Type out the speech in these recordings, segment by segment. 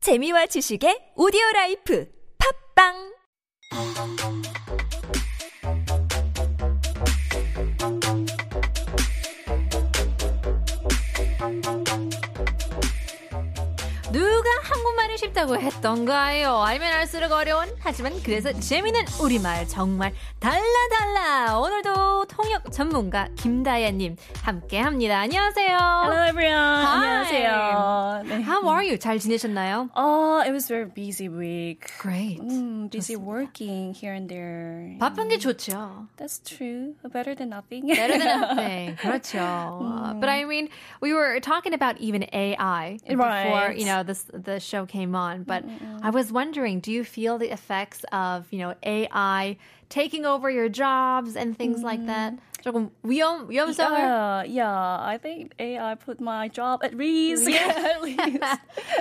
재미와 지식의 오디오 라이프 팝빵 누가 한국말이 쉽다고 했던가요? 알면 알수록 어려운 하지만 그래서 재미있는 우리말 정말 달라달라 오늘도 통역 전문가 김다혜님 함께합니다. 안녕하세요. Hello everyone. Hi. 안녕하세요. 네. How are you? 잘 지내셨나요? Oh, it was very busy week. Great. Mm, busy working here and there. 음. 바쁜 게 좋죠. That's true. Better than nothing. Better than nothing. 그렇죠. But I mean, we were talking about even AI before Right. Mm, you know this the show came on. But I was wondering, do you feel the effects of you know AI taking over your jobs and things like that? Mm. 조금 위험 위험성을. Uh, yeah, yeah. I think AI put my job at risk. at least.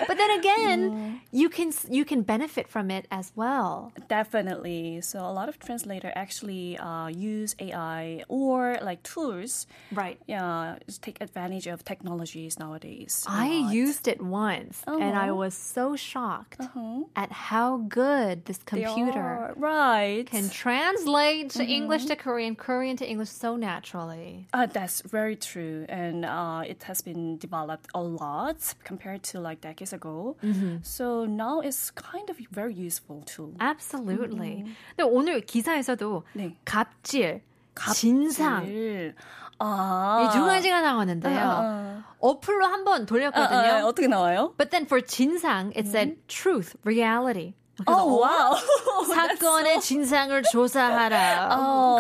But then Mm. again, you can s- you can benefit from it as well. Definitely. So a lot of translator actually uh, use AI or like tools. Right. Yeah, just take advantage of technologies nowadays. a I lot. Uh-huh. used it once and I was so shocked at how good this They computer are, right. can translate English Mm-hmm. to Korean, Korean to English so naturally. Uh, that's very true, and uh, it has been developed a lot compared to like decades ago. Mm-hmm. So now it's kind of very useful too. Absolutely. 근데 오늘 기사에서도 Mm-hmm. 네. 갑질, 진상 아, 이두 가지가 나오는데요. 어플로 한번 아, 돌렸거든요. 어떻게 나와요? But then for 진상, it said truth, reality. 그래서 Oh wow! 사건의 진상을 조사하라.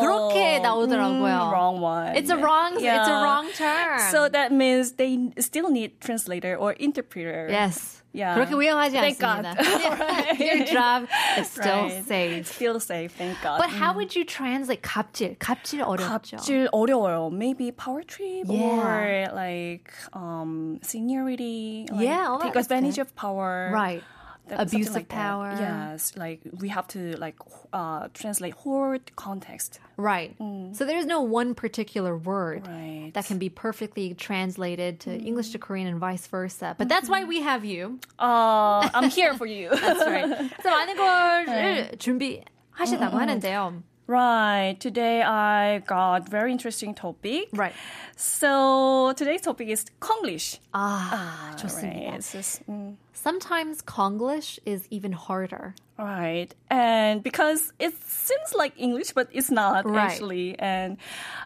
그렇게 나오더라고요. wrong one. It's a wrong. It's a Yeah. wrong term. So that means they still need translator or interpreter. yes. Yeah. 그렇게 위험하지 Thank 않습니다. God. Right. Your job is still Right. safe. Still safe, thank God. But how would you translate 갑질? 갑질 어렵죠. Mm. 갑질 어려워요. Maybe power trip Yeah. or like um seniority. Like Yeah, all take that- advantage of power. Right. That- something Abuse of like that. power. Yes, like we have to like wh- uh, translate whole context. Right. So there's no one particular word Right. Mm. that can be perfectly translated to English to Korean and vice versa. But that's why Mm-hmm. we have you. Uh, I'm here for you. That's right. 그래서 많은 걸 준비하시다고 하는데요. right. Today I got very interesting topic. Right. So today's topic is Konglish. Uh, 아, 좋습니다. Right. It's just, mm, Sometimes Konglish is even harder. Right. And because it seems like English, but it's not Right. actually. And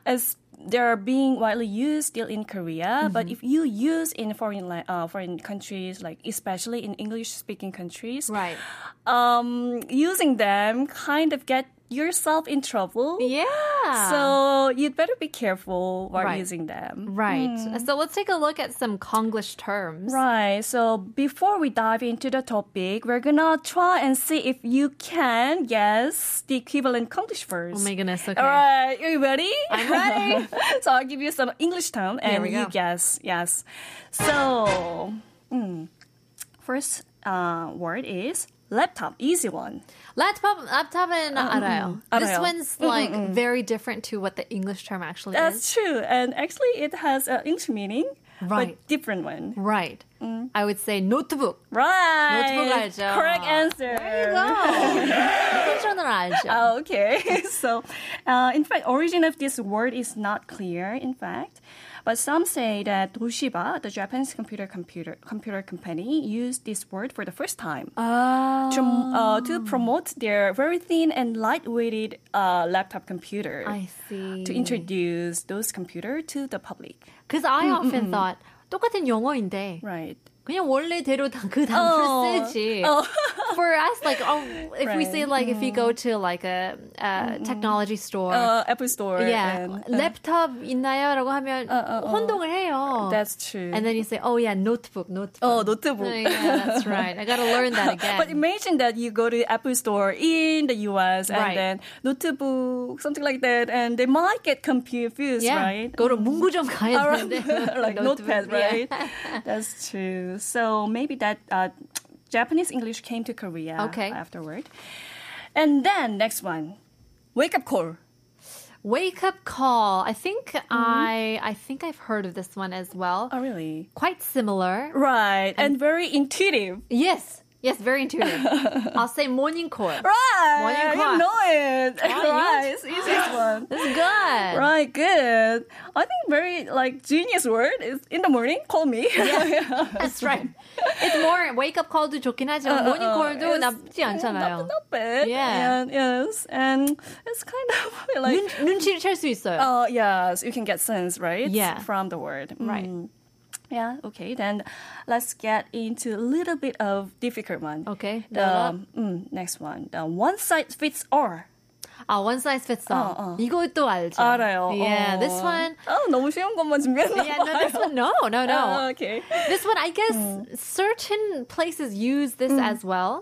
as they're being widely used still in Korea, Mm-hmm. but if you use in foreign la- uh, foreign countries, like especially in English speaking countries, Right. um, using them kind of get yourself in trouble. Yeah. So you'd better be careful while Right. Mm-hmm. using them. Right. So let's take a look at some Konglish terms. mm. Right. So before we dive into the topic, we're gonna try and see if you can guess the equivalent Konglish Oh words. my goodness. Okay. All right, are you ready? I'm ready. so I'll give you some English term Here and we go. you guess. Yes. So, mm, first uh, word is laptop. Easy one. Laptop, laptop은 알아요. This 알아요. one's like very different to what the English term actually is. That's true. And actually, it has an English meaning, Right. but different one. Right. Mm. I would say notebook. Right. 알죠. Correct answer. There you go. 저는 알죠. Oh, okay. so, uh, in fact, origin of this word is not clear. In fact, but some say that Toshiba, the Japanese computer computer computer company, used this word for the first time to, Ah. uh, to promote their very thin and lightweighted uh, laptop computer. I see. To introduce those computer to the public. Because I often thought 똑같은 영어인데 Right. 그냥 원래대로 다- 그 단어를 Oh. 쓰지. For us, like oh, if we say like if we go Mm. to like a, a technology store, Uh, Apple Store. yeah, and- 랩탑 있나요라고 하면 혼동을 해요. that's true. And then you say, oh yeah, notebook, notebook. Oh, notebook. yeah, that's right. I gotta learn that again. But imagine that you go to Apple Store in the US and Right. then notebook, something like that, and they might get confused, yeah, Mm-hmm. right? go to 문구점 가야 Around- 되는데 like notebook, notepad, yeah. right? That's true. So maybe that uh, Japanese English came to Korea Okay. afterward. And then next one, wake up call. Wake up call. I think I I think I've heard of this one as well. Oh, really? Quite similar. Right, and, very intuitive. Yes. Yes, very intuitive. I'll say morning court. Right. Morning You know it. you- right. It's the easiest one. This is good. Right, good. I think very like genius word is in the morning. Call me. That's right. It's more wake up call도 좋긴 하지만 morning call도 나쁘지 않잖아요. Not, not bad. Yeah. And, yes, and it's kind of like 눈, 눈치를 챌 수 있어요. Oh, yes, you can get sense, right? Yeah. From the word. Right. Mm. Yeah, okay, then let's get into a little bit of difficult one. Okay, The mm, next one. The one size fits all. 아, Ah, one size fits all. 어, 어. 이것도 알죠. 알아요. Yeah, 어. this one. 어, 너무 쉬운 것만 준비했나 Yeah, no, this 봐요. one. No, no, no. 아, okay. This one, I guess certain places use this as well.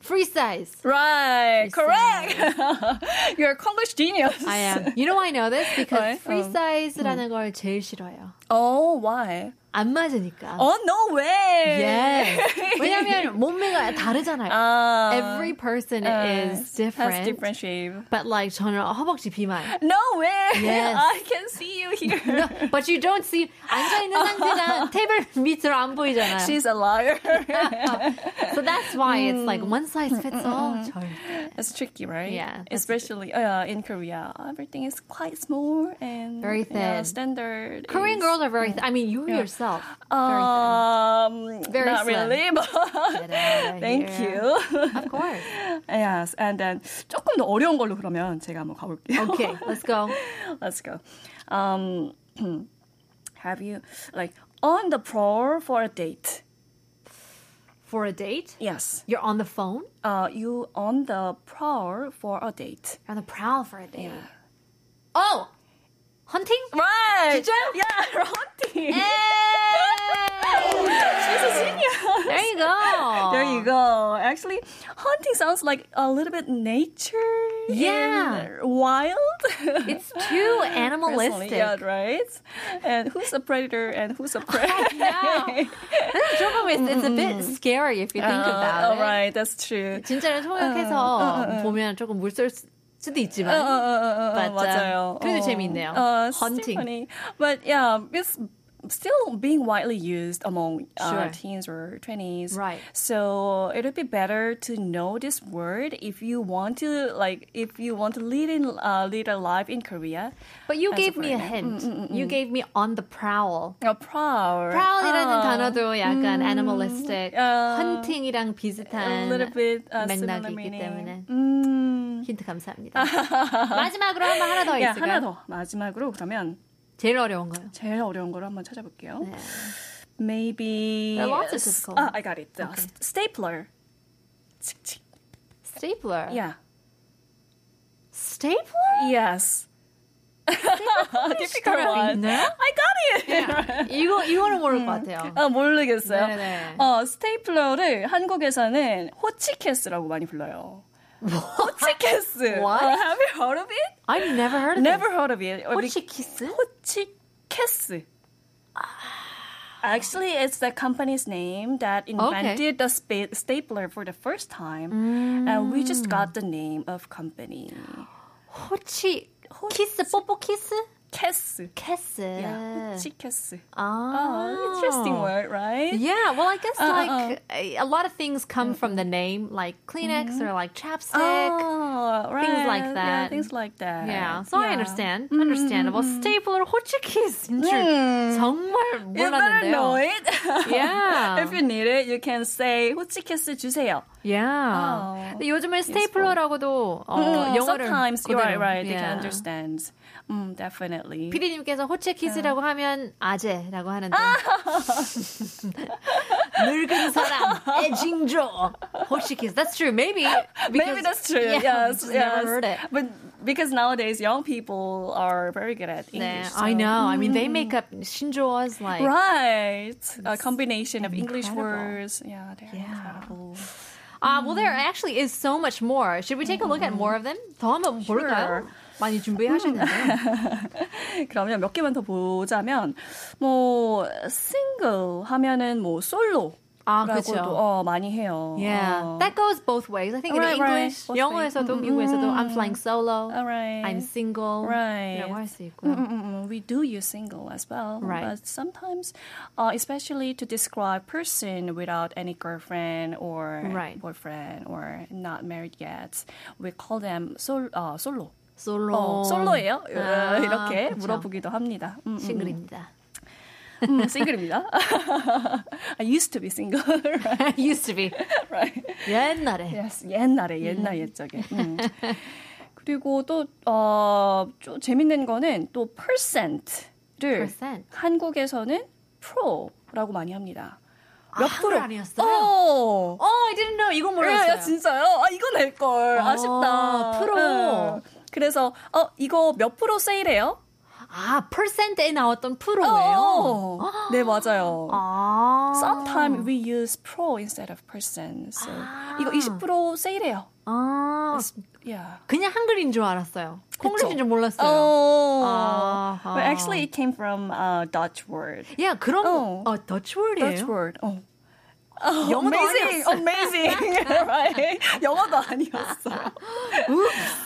Free size. Right, correct. You're a Konglish genius. I am. You know why I know this? Because 왜? free 어. size라는 걸 제일 싫어요. Oh, why? 안 맞으니까. Oh, no way. 예. 왜냐면 몸매가 다르잖아요. 아. Every person is different. Has Ah. different shape. But like 저는 허벅지 비만. No way. Yes. I can see you here. No, but you don't see 앉아 있는 상태가 테이블 밑으로 안 보이잖아요. She's a liar. So that's why it's like one size fits all. 절대. It's tricky, right? Yeah, that's- Especially uh, in Korea, everything is quite small and Very yeah, thin. standard. Korean is- girls are very. Th- I mean, you yourself. Oh. Um, Very not slim. really, but Very thin. Get outta thank here. you. Of course. yes, and then 조금 더 어려운 걸로 그러면 제가 한번 가볼게요. Okay, let's go. Let's go. Um, have you like on the floor for a date? For a date, Yes. you're on the phone. Uh, you on the prowl for a date? You're on the prowl for a date. Oh, hunting. Right. 진짜요? Yeah, hunting. Hey! She's a genius. There you go. There you go. Actually, hunting sounds like a little bit nature. Yeah. and Wild. It's too Personally, animalistic. Yeah, right? And who's a predator and who's a prey? Yeah. The trouble is, it's a bit scary if you think Uh, about all it. right, that's true. 진짜를 Uh, 통역해서 보면 조금 물쏠 수- 수도 있지만. 어, 어, 어, 어, 맞아. uh, 맞아요. 그래도 어. 재미있네요. 어, still Hunting. funny. But yeah, it's still being widely used among uh, Sure. teens or 20s. Right. So it would be better to know this word if you want to like if you want to lead in uh, lead a life in Korea. But you As gave of me a right hint. mm, You gave me on the prowl. A prowl. prowl이라는 아, 단어도 약간 animalistic, 아. hunting이랑 a 비슷한 little bit uh, similar 맥락이기 meaning. 때문에 음. 힌트 감사합니다. 마지막으로 한 번 하나 더 야, 있을까요? 하나 더. 마지막으로 그러면 제일 어려운 거요. 제일 어려운 거로 한번 찾아볼게요. 네. Maybe. There are lots of s- difficult Ah, I got it. The s- stapler. Stapler. Yeah. Stapler? Yes. difficult one. 있나요? I got it. 이거 이거는 모를 것 같아요. 아, 모르겠어요. 네네. 어, 스테이플러를 한국에서는 호치케스라고 많이 불러요. 호치케스. What? Uh, have you heard of it? I've never heard of Never heard of it. it. 호치 키스? 호치케스. Actually, it's the company's name that invented the spa- stapler for the first time, Mm. and we just got the name of company. 호치 키스 뽀뽀 키스? Kes. 키스. Yeah, 호치케스. 아, Oh, interesting word, 아, right? Ah. Yeah, well, I guess like a, a lot of things 음. come from the name, like Kleenex or like 아. chapstick. Oh, Ah, right. Things like Yeah, that. things like that. Yeah, 예, so I Yeah. understand. 음, Understandable. Stapler 호치키스. 정말 You better know 몰랐는데요. it. Yeah. if you need it, you can say 호치케스 주세요. Oh, Yeah. 근데 요즘에 스테이플러라고도 어, Mm, 영어를 sometimes you're right, 그대로. right. They can Yeah. understand. Mm, definitely. 피디님께서 호치키스라고 하면 아재라고 하는데 늙은 사람 애징조 호치키스 that's true maybe Maybe because- that's true. yeah, yes, just yes. never heard it But because nowadays young people are very good at 네, English. so- I know. I mean, they make up 신조어s like Right, a combination of English incredible. words. Yeah, they're incredible. Ah, well, Mm. there actually is so much more. Should we take a look at more of them? Mm-hmm. Mm. 더 uh, 한번 볼까요? 많이 준비하셨는데요. 그러면 몇 개만 더 보자면 뭐 single 하면은 뭐 솔로 아, 라고도 그렇죠. 어, 많이 해요. Yeah, 어. that goes both ways. I think Right, in right. English, Both Mm-hmm. 영어에서도 미국에서도 I'm flying solo. Alright. I'm single. Right. 이라고 할수 있고요. Mm, mm, mm. We do use single as well, Right. but sometimes, uh, especially to describe person without any girlfriend or Right. boyfriend or not married yet, we call them sol- uh, solo. 솔로. 어, 솔로예요? 어, 아, 이렇게 그쵸. Mm-hmm. 물어보기도 합니다. 음, 음, 싱글입니다. 음, 싱글입니다. I used to be single. right, Used to be. right. 옛날에. Yes, 옛날에 옛날 옛적에. 음. 그리고 또 어, 좀 재밌는 거는 또 percent를 Percent. 한국에서는 pro라고 많이 합니다. 몇 아, 프로? 한글 아니었어요? 어. Oh, I didn't know. 이건 야, 몰랐어요. 야, 진짜요? 아, 이거 낼걸. 어, 아쉽다. 프로. 응. 그래서, 어, 이거 몇 프로 세일해요? 아, 퍼센트에 나왔던 어, 프로예요? 어. 네, 맞아요. 아. Sometimes we use pro instead of percent. So, 아. 이거 20% 세일해요. 아, Yeah. 그냥 한글인 줄 알았어요. 콩글인 줄 몰랐어요. Oh. 아하. But actually, it came from a Dutch word. 야, 그럼 어. 어, Dutch word이에요? Dutch word. Oh. Oh, 영어도 amazing, 아니었어요. amazing, right? 영어도 아니었어요.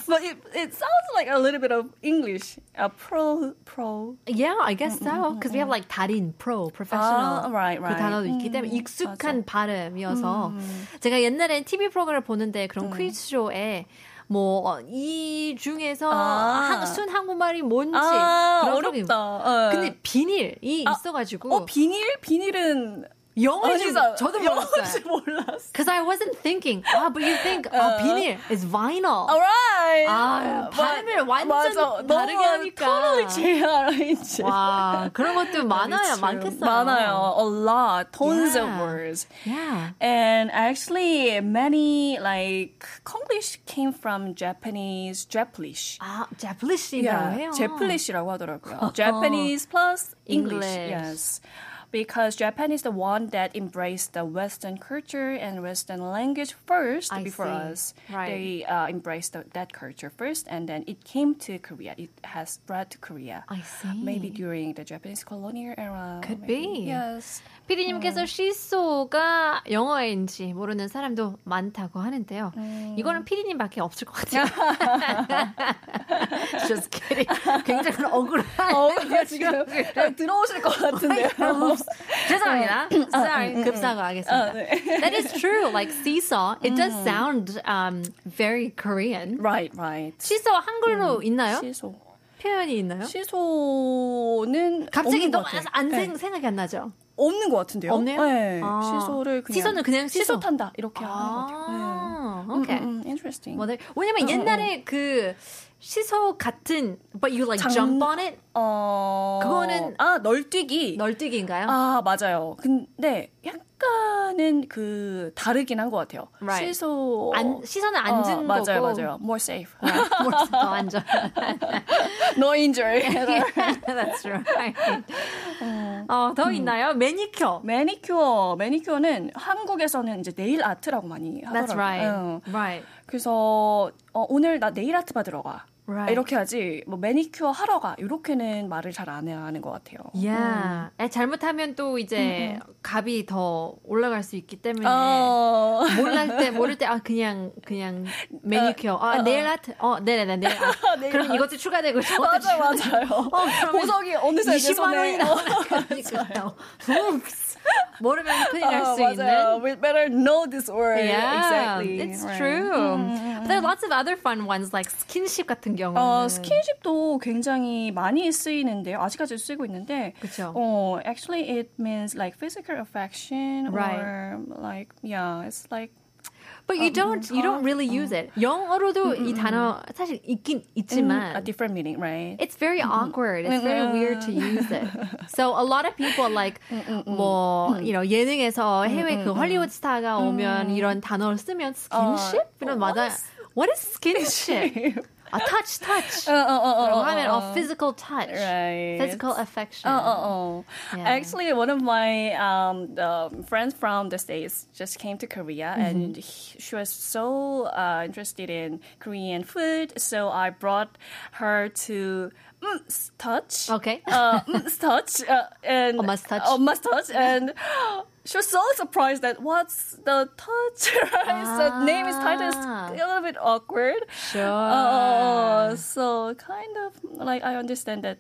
But it, it sounds like a little bit of English. A pro, pro. Yeah, I guess 음, so. Because we have like 달인, pro, professional 아, right, right. 음, 그 단어도 있기 때문에 익숙한 발음이어서 제가 옛날엔 TV 프로그램을 보는데 그런 네. 퀴즈 쇼에 뭐 이 중에서 아. 한, 순 한국말이 뭔지 아, 그런 적이- 어렵다. 어. 근데 비닐이 있어가지고 어, 비닐? 비닐은 영어 좀 어디서- 저도 영어인지 몰랐어요. 몰랐어. Because I wasn't thinking. Ah, but you think 어. 아, 비닐 is vinyl. Alright. 아, 발음을 완전 다르게 하니까. totally 제 알아인지. 와 그런 것도 많아요, 많겠어요. 많아요. A lot, tons of Yeah. words. Yeah. And actually, many like Konglish came from Japanese Japlish. 아, 제플리시라고 해요. Japlish이라고 하더라고요. Japanese plus English. English. Yes. Because Japan is the one that embraced the Western culture and Western language first I before see. us. Right. They uh, embraced the, that culture first, and then it came to Korea. It has spread to Korea. I see. Maybe during the Japanese colonial era. Could maybe. be. Yes. 피디님께서 시소가 영어인지 모르는 사람도 많다고 하는데요. 이거는 피디님밖에 없을 것 같아요. Just kidding. 굉장히 억울한. 어, 그냥 지금 그냥 들어오실 것 같은데요. 죄송합니다. 네. 어, 음, Sorry. 급사과하겠습니다. 음. 어, 네. That is true. Like seesaw, it does sound um, very Korean. right, right. 시소 한글로 있나요? 시소. 표현이 있나요? 시소는 갑자기 없는 것 너무 같아요. 안 네. 생, 생각이 안 나죠. 없는 것 같은데요. 없네요? 네. 아. 시소를 그냥 시소는 그냥 시소. 탄다 이렇게 하는 것 같아요. 아, 네. 오케이. 아. 음, 음, 음, interesting. 뭐냐 왜냐면 옛날에 그 시소 같은 but you like 장- jump on it 어 그거는 아 널뛰기. 널뛰기인가요? 아 맞아요. 근데 약간은 그 다르긴 한 것 같아요. Right. 시소 안, 시선을 앉은 어, 거고 맞아요, 맞아요. More safe. 몰라서 더 앉아. 예, no injury. 음. That's right. 어, 더 있나요? 매니큐어. 매니큐어, 매니큐어는 한국에서는 이제 네일 아트라고 많이 하더라고요. 어. That's right. 응. Right. 그래서 어, 오늘 나 네일 아트 받으러 가. Right. 이렇게 하지 뭐 매니큐어 하러 가 이렇게는 말을 잘 안 하는 것 같아요. 음. Yeah. 에, 잘못하면 또 이제 값이 더 올라갈 수 있기 때문에 어. 몰랄 때 모를 때 아 그냥 그냥 매니큐어 아 네일 아트 어 네네네 네일 아트 네일 그럼 이것도 추가되고 저것도 맞아 추가되고. 맞아요. 어, 그러면 보석이 어느새 내 20만 원이 손에 나오니까 어, 모르면 큰일 날 수 어, 맞아요. 있는 We better know this word. Yeah, exactly. it's Right. 음, true. But there are lots of other fun ones like skinship 같은 경우는 어, 스킨십도 굉장히 많이 쓰이는데요. 아직까지 쓰고 있는데. 그쵸. 어, actually it means like physical affection or Right. like yeah, it's like but 어, you don't you don't really use it. 음, 영어로도 이 단어 사실 있긴 있지만 a different meaning, right? It's very Mm-hmm. awkward. It's very weird to use it. So a lot of people like 뭐 you know 예능에서 해외 그 헐리우드 스타가 음. 오면 이런 단어를 쓰면 skinship 이런 맞아. What is skinship? 아 touch touch. 어, 어, 어, 어, 그러고 어, 하면 어. 어 physical touch. Right. Physical affection. Oh, oh, oh. Yeah. Actually, one of my um, the friends from the States just came to Korea Mm-hmm. and he- she was so uh, interested in Korean food. So I brought her to M's Touch. Okay. Uh, M's Touch. Uh, and, Omma's Touch. Omma's Touch. And she was so surprised that what's the touch? Right? So name is title is Ah. a little bit awkward. Sure. Uh, so kind of like I understand that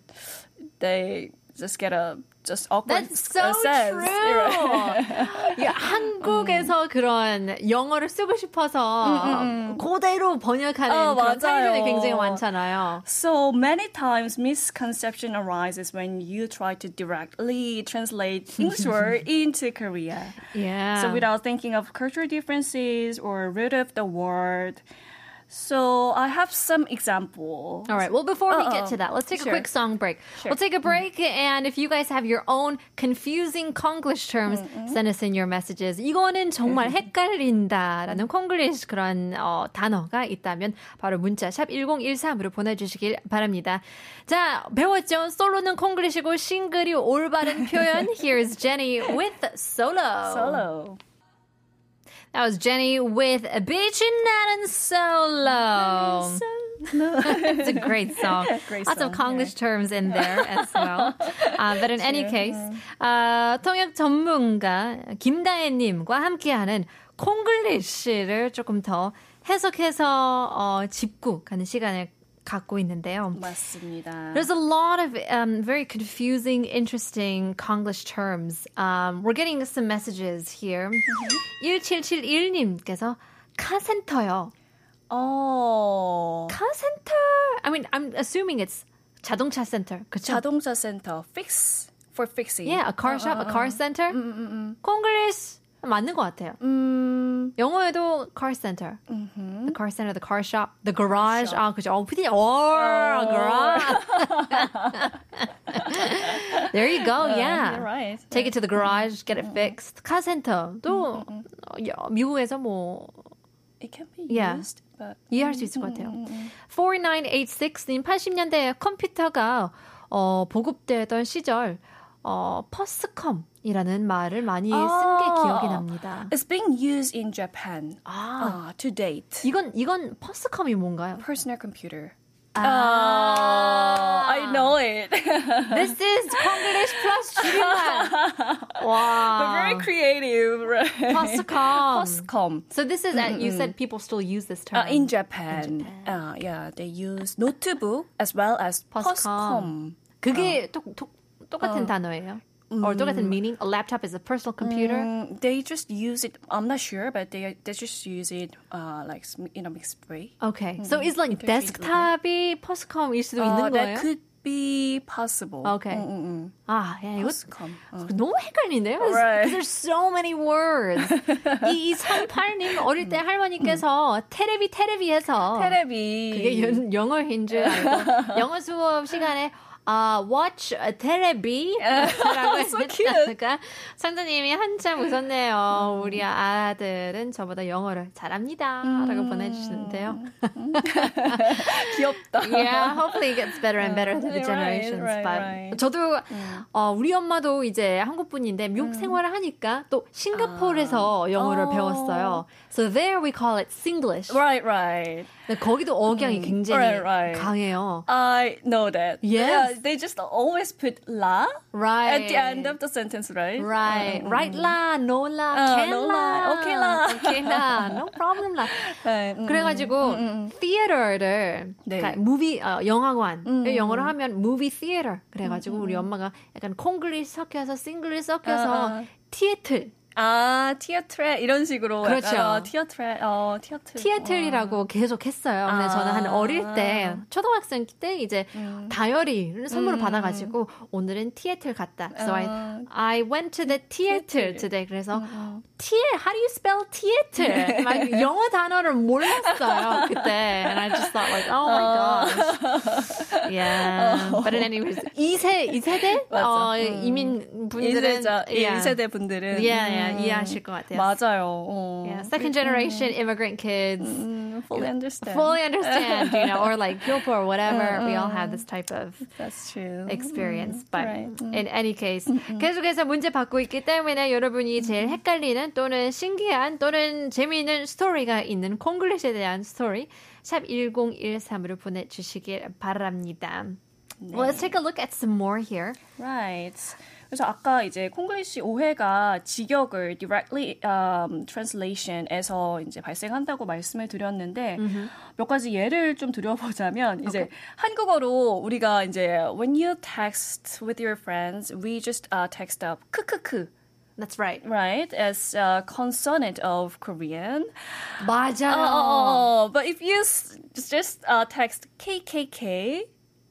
they just get a just awkward That's s- so uh, sense. true. Right. 야, 음. 한국에서 그런 영어를 쓰고 싶어서 그대로 번역하는 어, 그런 사례들이 맞아요. 굉장히 많잖아요. So many times misconception arises when you try to directly translate English word into Korea. Yeah. So without thinking of cultural differences or root of the word. So I have some example. All right. Well, before we get Uh-oh. to that, let's take a Sure. Mm-hmm. quick song break. We'll take a break, and if you guys have your own confusing Konglish terms, send us in your messages. 이거는 정말 Mm-hmm. 헷갈린다라는 콩글리시 그런 어, 단어가 있다면 바로 문자 샵 #1013으로 보내주시길 바랍니다. 자, 배웠죠? 솔로는 콩글리시고 싱글이 올바른 표현. Here's Jenny with solo. Solo. That was Jenny with a bitch and not in solo. it's a great song. Great Lots of song, Konglish terms in there as well. Uh, but in any case, uh, 통역 전문가 김다혜님과 함께하는 콩글리쉬를 조금 더 해석해서 어, 짚고 가는 시간을 갖고 있는데요. 맞습니다. There's a lot of um, very confusing, interesting Konglish terms. Um, we're getting some messages here. Mm-hmm. 1771님께서 카센터요. 어, 카센터. I mean, I'm assuming it's 자동차 센터. 그쵸? 자동차 센터 fix for fixing. Yeah, a car shop, a car center. Congress 맞는 것 같아요. um, 영어에도 car center, Mm-hmm. the car center, the car shop, the garage. 아 그죠? 어, PD, 어, Oh. garage. there you go. yeah. Uh, you're right. Take it to the garage, get it fixed. 카센터도 어, 미국에서 뭐 It can be Yeah. used, but 이해할 수 있을 것 같아요. 4986님, 80년대 공컴퓨터가 어, 보급되던 시절 어, 퍼스컴이라는 말을 많이 쓴 게 아. 기억이 납니다. it's being used in Japan 아, uh, to date. 이건 이건 퍼스컴이 뭔가요? Personal computer. 아. Ah. I know it. This is Konglish plus 줄임말. But 와, very creative, right? 퍼스컴. 음, Poscom. So this is that you said people still use this term. Uh, in Japan, Uh, yeah, they use notebook as well as Poscom. POSCOM. 그게 똑, 똑, 똑같은 어. 단어예요? 음. Or 똑같은 meaning? A laptop is a personal computer. Mm, they just use it. I'm not sure, but they they just use it uh, like sm- in a mixed way. Okay. So it's like 그럴 수 desktop이 퍼스컴일 수도 Uh, 있는 거예요? that could be possible. Okay. 아, 예, 이거 POSCOM. 어. 너무 헷갈리네요. Because Right. there's so many words. 이 38님 어릴 때 할머니께서 테레비 음. 테레비에서 테레비. 그게 연- 영어인 줄 알고 영어 수업 시간에 아, watch a TV 예. 라고 했다가 선생님이 한참 음. 웃었네요. 우리 아들은 저보다 영어를 잘합니다. 라고 음. 보내주시는데요. 귀엽다. yeah, hopefully it gets better and better through the Right, generations. right, but right. 음. 저도 어, 우리 엄마도 이제 한국 분인데 미국 생활을 하니까 또 싱가포르에서 영어를 어. 배웠어요. So there we call it Singlish. Right, right. 근데 거기도 억양이 굉장히 Right, right. 강해요. I know that. Yes. Yeah, they just always put la Right. at the end of the sentence, right? Right, right la, no la, 어, can no la, la, okay la. okay la, no problem la. 네, 음, 그래가지고 theater를 네. 음, 그러니까 movie 어, 영화관을 영어로 하면 movie theater 그래가지고 우리 엄마가 약간 콩글리 섞여서 싱글리 섞여서 어, 어. 티에틀 아, 티어트레 이런 식으로 그렇죠. 약간, 어, 티어트레. 어, 티어트. 티에틀이라고 계속 했어요. 근데 아. 저는 한 어릴 때 초등학생 때 이제 어. 음. 다이어리를 선물로 받아가지고 오늘은 티에틀 갔다. So 어. I 아, I went to the theater today. 그래서 티에 how do you spell theater? 막 영어 단어를 몰랐어요 그때. And I just thought like oh my gosh. Yeah. But in any case 이세 이세대 어, 이민 분들은 인세자, yeah. 세대 분들은. 음. Yeah, yeah, 이해하실 것 같아요. 맞아요. 어. Yeah, second generation immigrant kids. 음, fully understand. fully understand, you know, or like Gilpo or whatever. We all have this type of That's true. experience. But right. in any case, 계속해서 문제 받고 있기 때문에 여러분이 제일 헷갈리는 또는 신기한 또는 재미있는 스토리가 있는 콩글리시에 대한 스토리 샵 1013으로 네. 보내주시길 바랍니다. Well, let's take a look at some more here. Right. 그래서 아까 이제 콩글리시 오해가 직역을 directly um, translation에서 이제 발생한다고 말씀을 드렸는데 몇 가지 예를 좀 드려보자면 이제 한국어로 우리가 이제 when you text with your friends, we just uh, text up 크크크. That's right. Right, as a consonant of Korean. 맞아요. Oh, but if you s- just uh, text KKK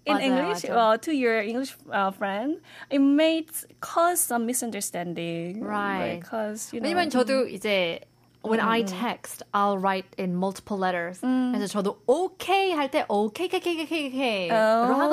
in 맞아요, English 맞아요. uh, to your English uh, friend, it may cause some misunderstanding. Right. Because, you know. 왜냐면 저도 이제 when I text, I'll write in multiple letters. 그래서 저도 OK 할때 OKKKKK로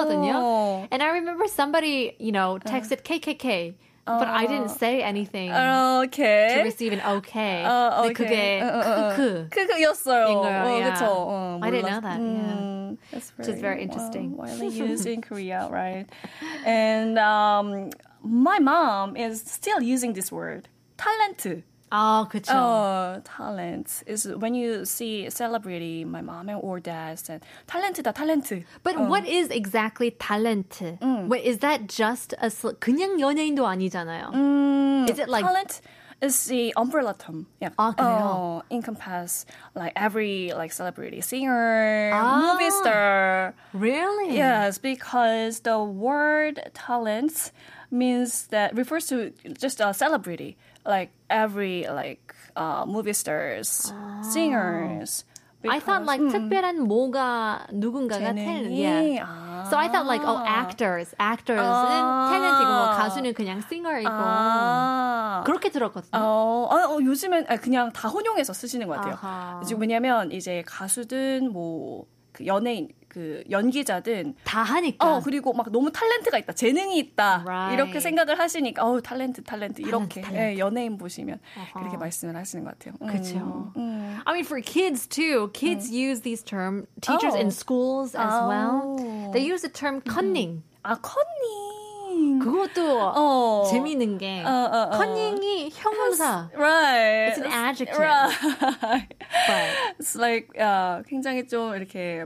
하거든요. And I remember somebody, you know, texted KKK, but I didn't say anything to okay. receive an OK. 어, 근데 그게 어, 어, 어. 크크. 크크였어요. 인 거예요, 어, yeah. 그쵸. 어, I didn't 몰랐- know that. yeah. Mm, that's very, Which is very interesting. um, widely used in Korea, right? And um, my mom is still using this word, talent. 아, 그쵸. Oh, talent is when you see celebrity, my mom and or dad said talent다, talent. But what is exactly talent? What is that just a sl- 그냥 연예인도 아니잖아요. is it like talent is the umbrella term. Yeah. 아, 그래요? Oh, encompass like every like celebrity, singer, 아. movie star. Hmm. really? Yes, because the word talent means that refers to just a celebrity, like every like uh, movie stars, singers. Oh. hmm, I thought like 특별한 뭐가 누군가가 talent. 재능이. Yeah. 아. So I thought like oh Ah. actors, actors은 아. talent이고 뭐 가수는 그냥 singer이고 아. 어. 그렇게 들었거든요. 어, 아, 어, 요즘엔 아, 그냥 다 혼용해서 쓰시는 것 같아요. 아하. 지금 왜냐면 이제 가수든 뭐 그 연예인 그 연기자든 다 하니까. 어 그리고 막 너무 탤런트가 있다 재능이 아. 있다 Right. 이렇게 생각을 하시니까 어 탤런트 탤런트 이렇게 탤런트. 예, 연예인 보시면 아하. 그렇게 말씀을 하시는 것 같아요. 음. 그렇죠. I mean for kids too. Kids use these term teachers Oh. in schools as well. Oh. They use the term cunning. 아 컨닝 그것도 어. 재미있는 게 어, 어, 어. conning이 형용사. right It's an adjective. right But It's like 아, 굉장히 좀 이렇게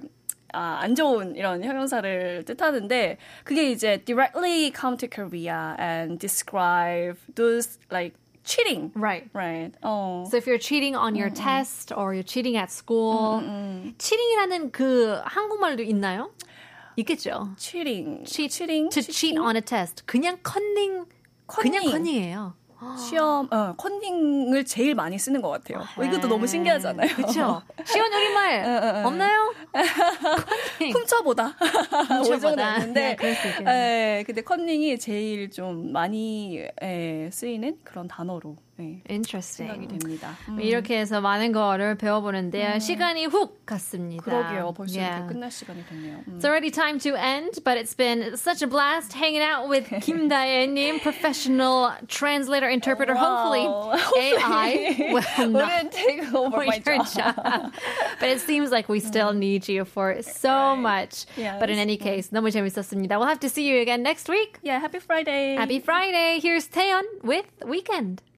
아, 안 좋은 이런 형용사를 뜻하는데 그게 이제 directly come to Korea and describe those like cheating. right. Right. 어. So if you're cheating on your test or you're cheating at 음, school, cheating이라는 그 한국말도 있나요? 있겠죠. cheating. Cheat. cheating. To cheat on a test. 그냥 컨닝, 그냥 컨닝. 컨닝이에요. 시험 어, 컨닝을 제일 많이 쓰는 것 같아요. 어, 이것도 너무 신기하잖아요. 어, 그렇죠. 시원 우리말 없나요? 컨닝. 훔쳐보다. 아, 훔쳐보다. 네, 는데 어. 예, 그럴 수 있겠네요. 근데 컨닝이 제일 좀 많이 에, 쓰이는 그런 단어로 예, 생각이 Interesting. 음, 됩니다. 음. 이렇게 해서 많은 거를 배워보는데요. 시간이 훅 갔습니다. 그러게요. 벌써 Yeah. 이렇게 끝날 시간이 됐네요. 음. It's already time to end, but it's been such a blast hanging out with Kim Dae-nim, professional translator, interpreter. Hopefully, Wow. AI will not Wouldn't take for over my your job. job. Mm-hmm. but it seems like we still need you for so much. Yes. But in any case, 너무 재밌었습니다. We'll have to see you again next week. Yeah, happy Friday. Happy Friday. Here's Taeyeon with Weekend.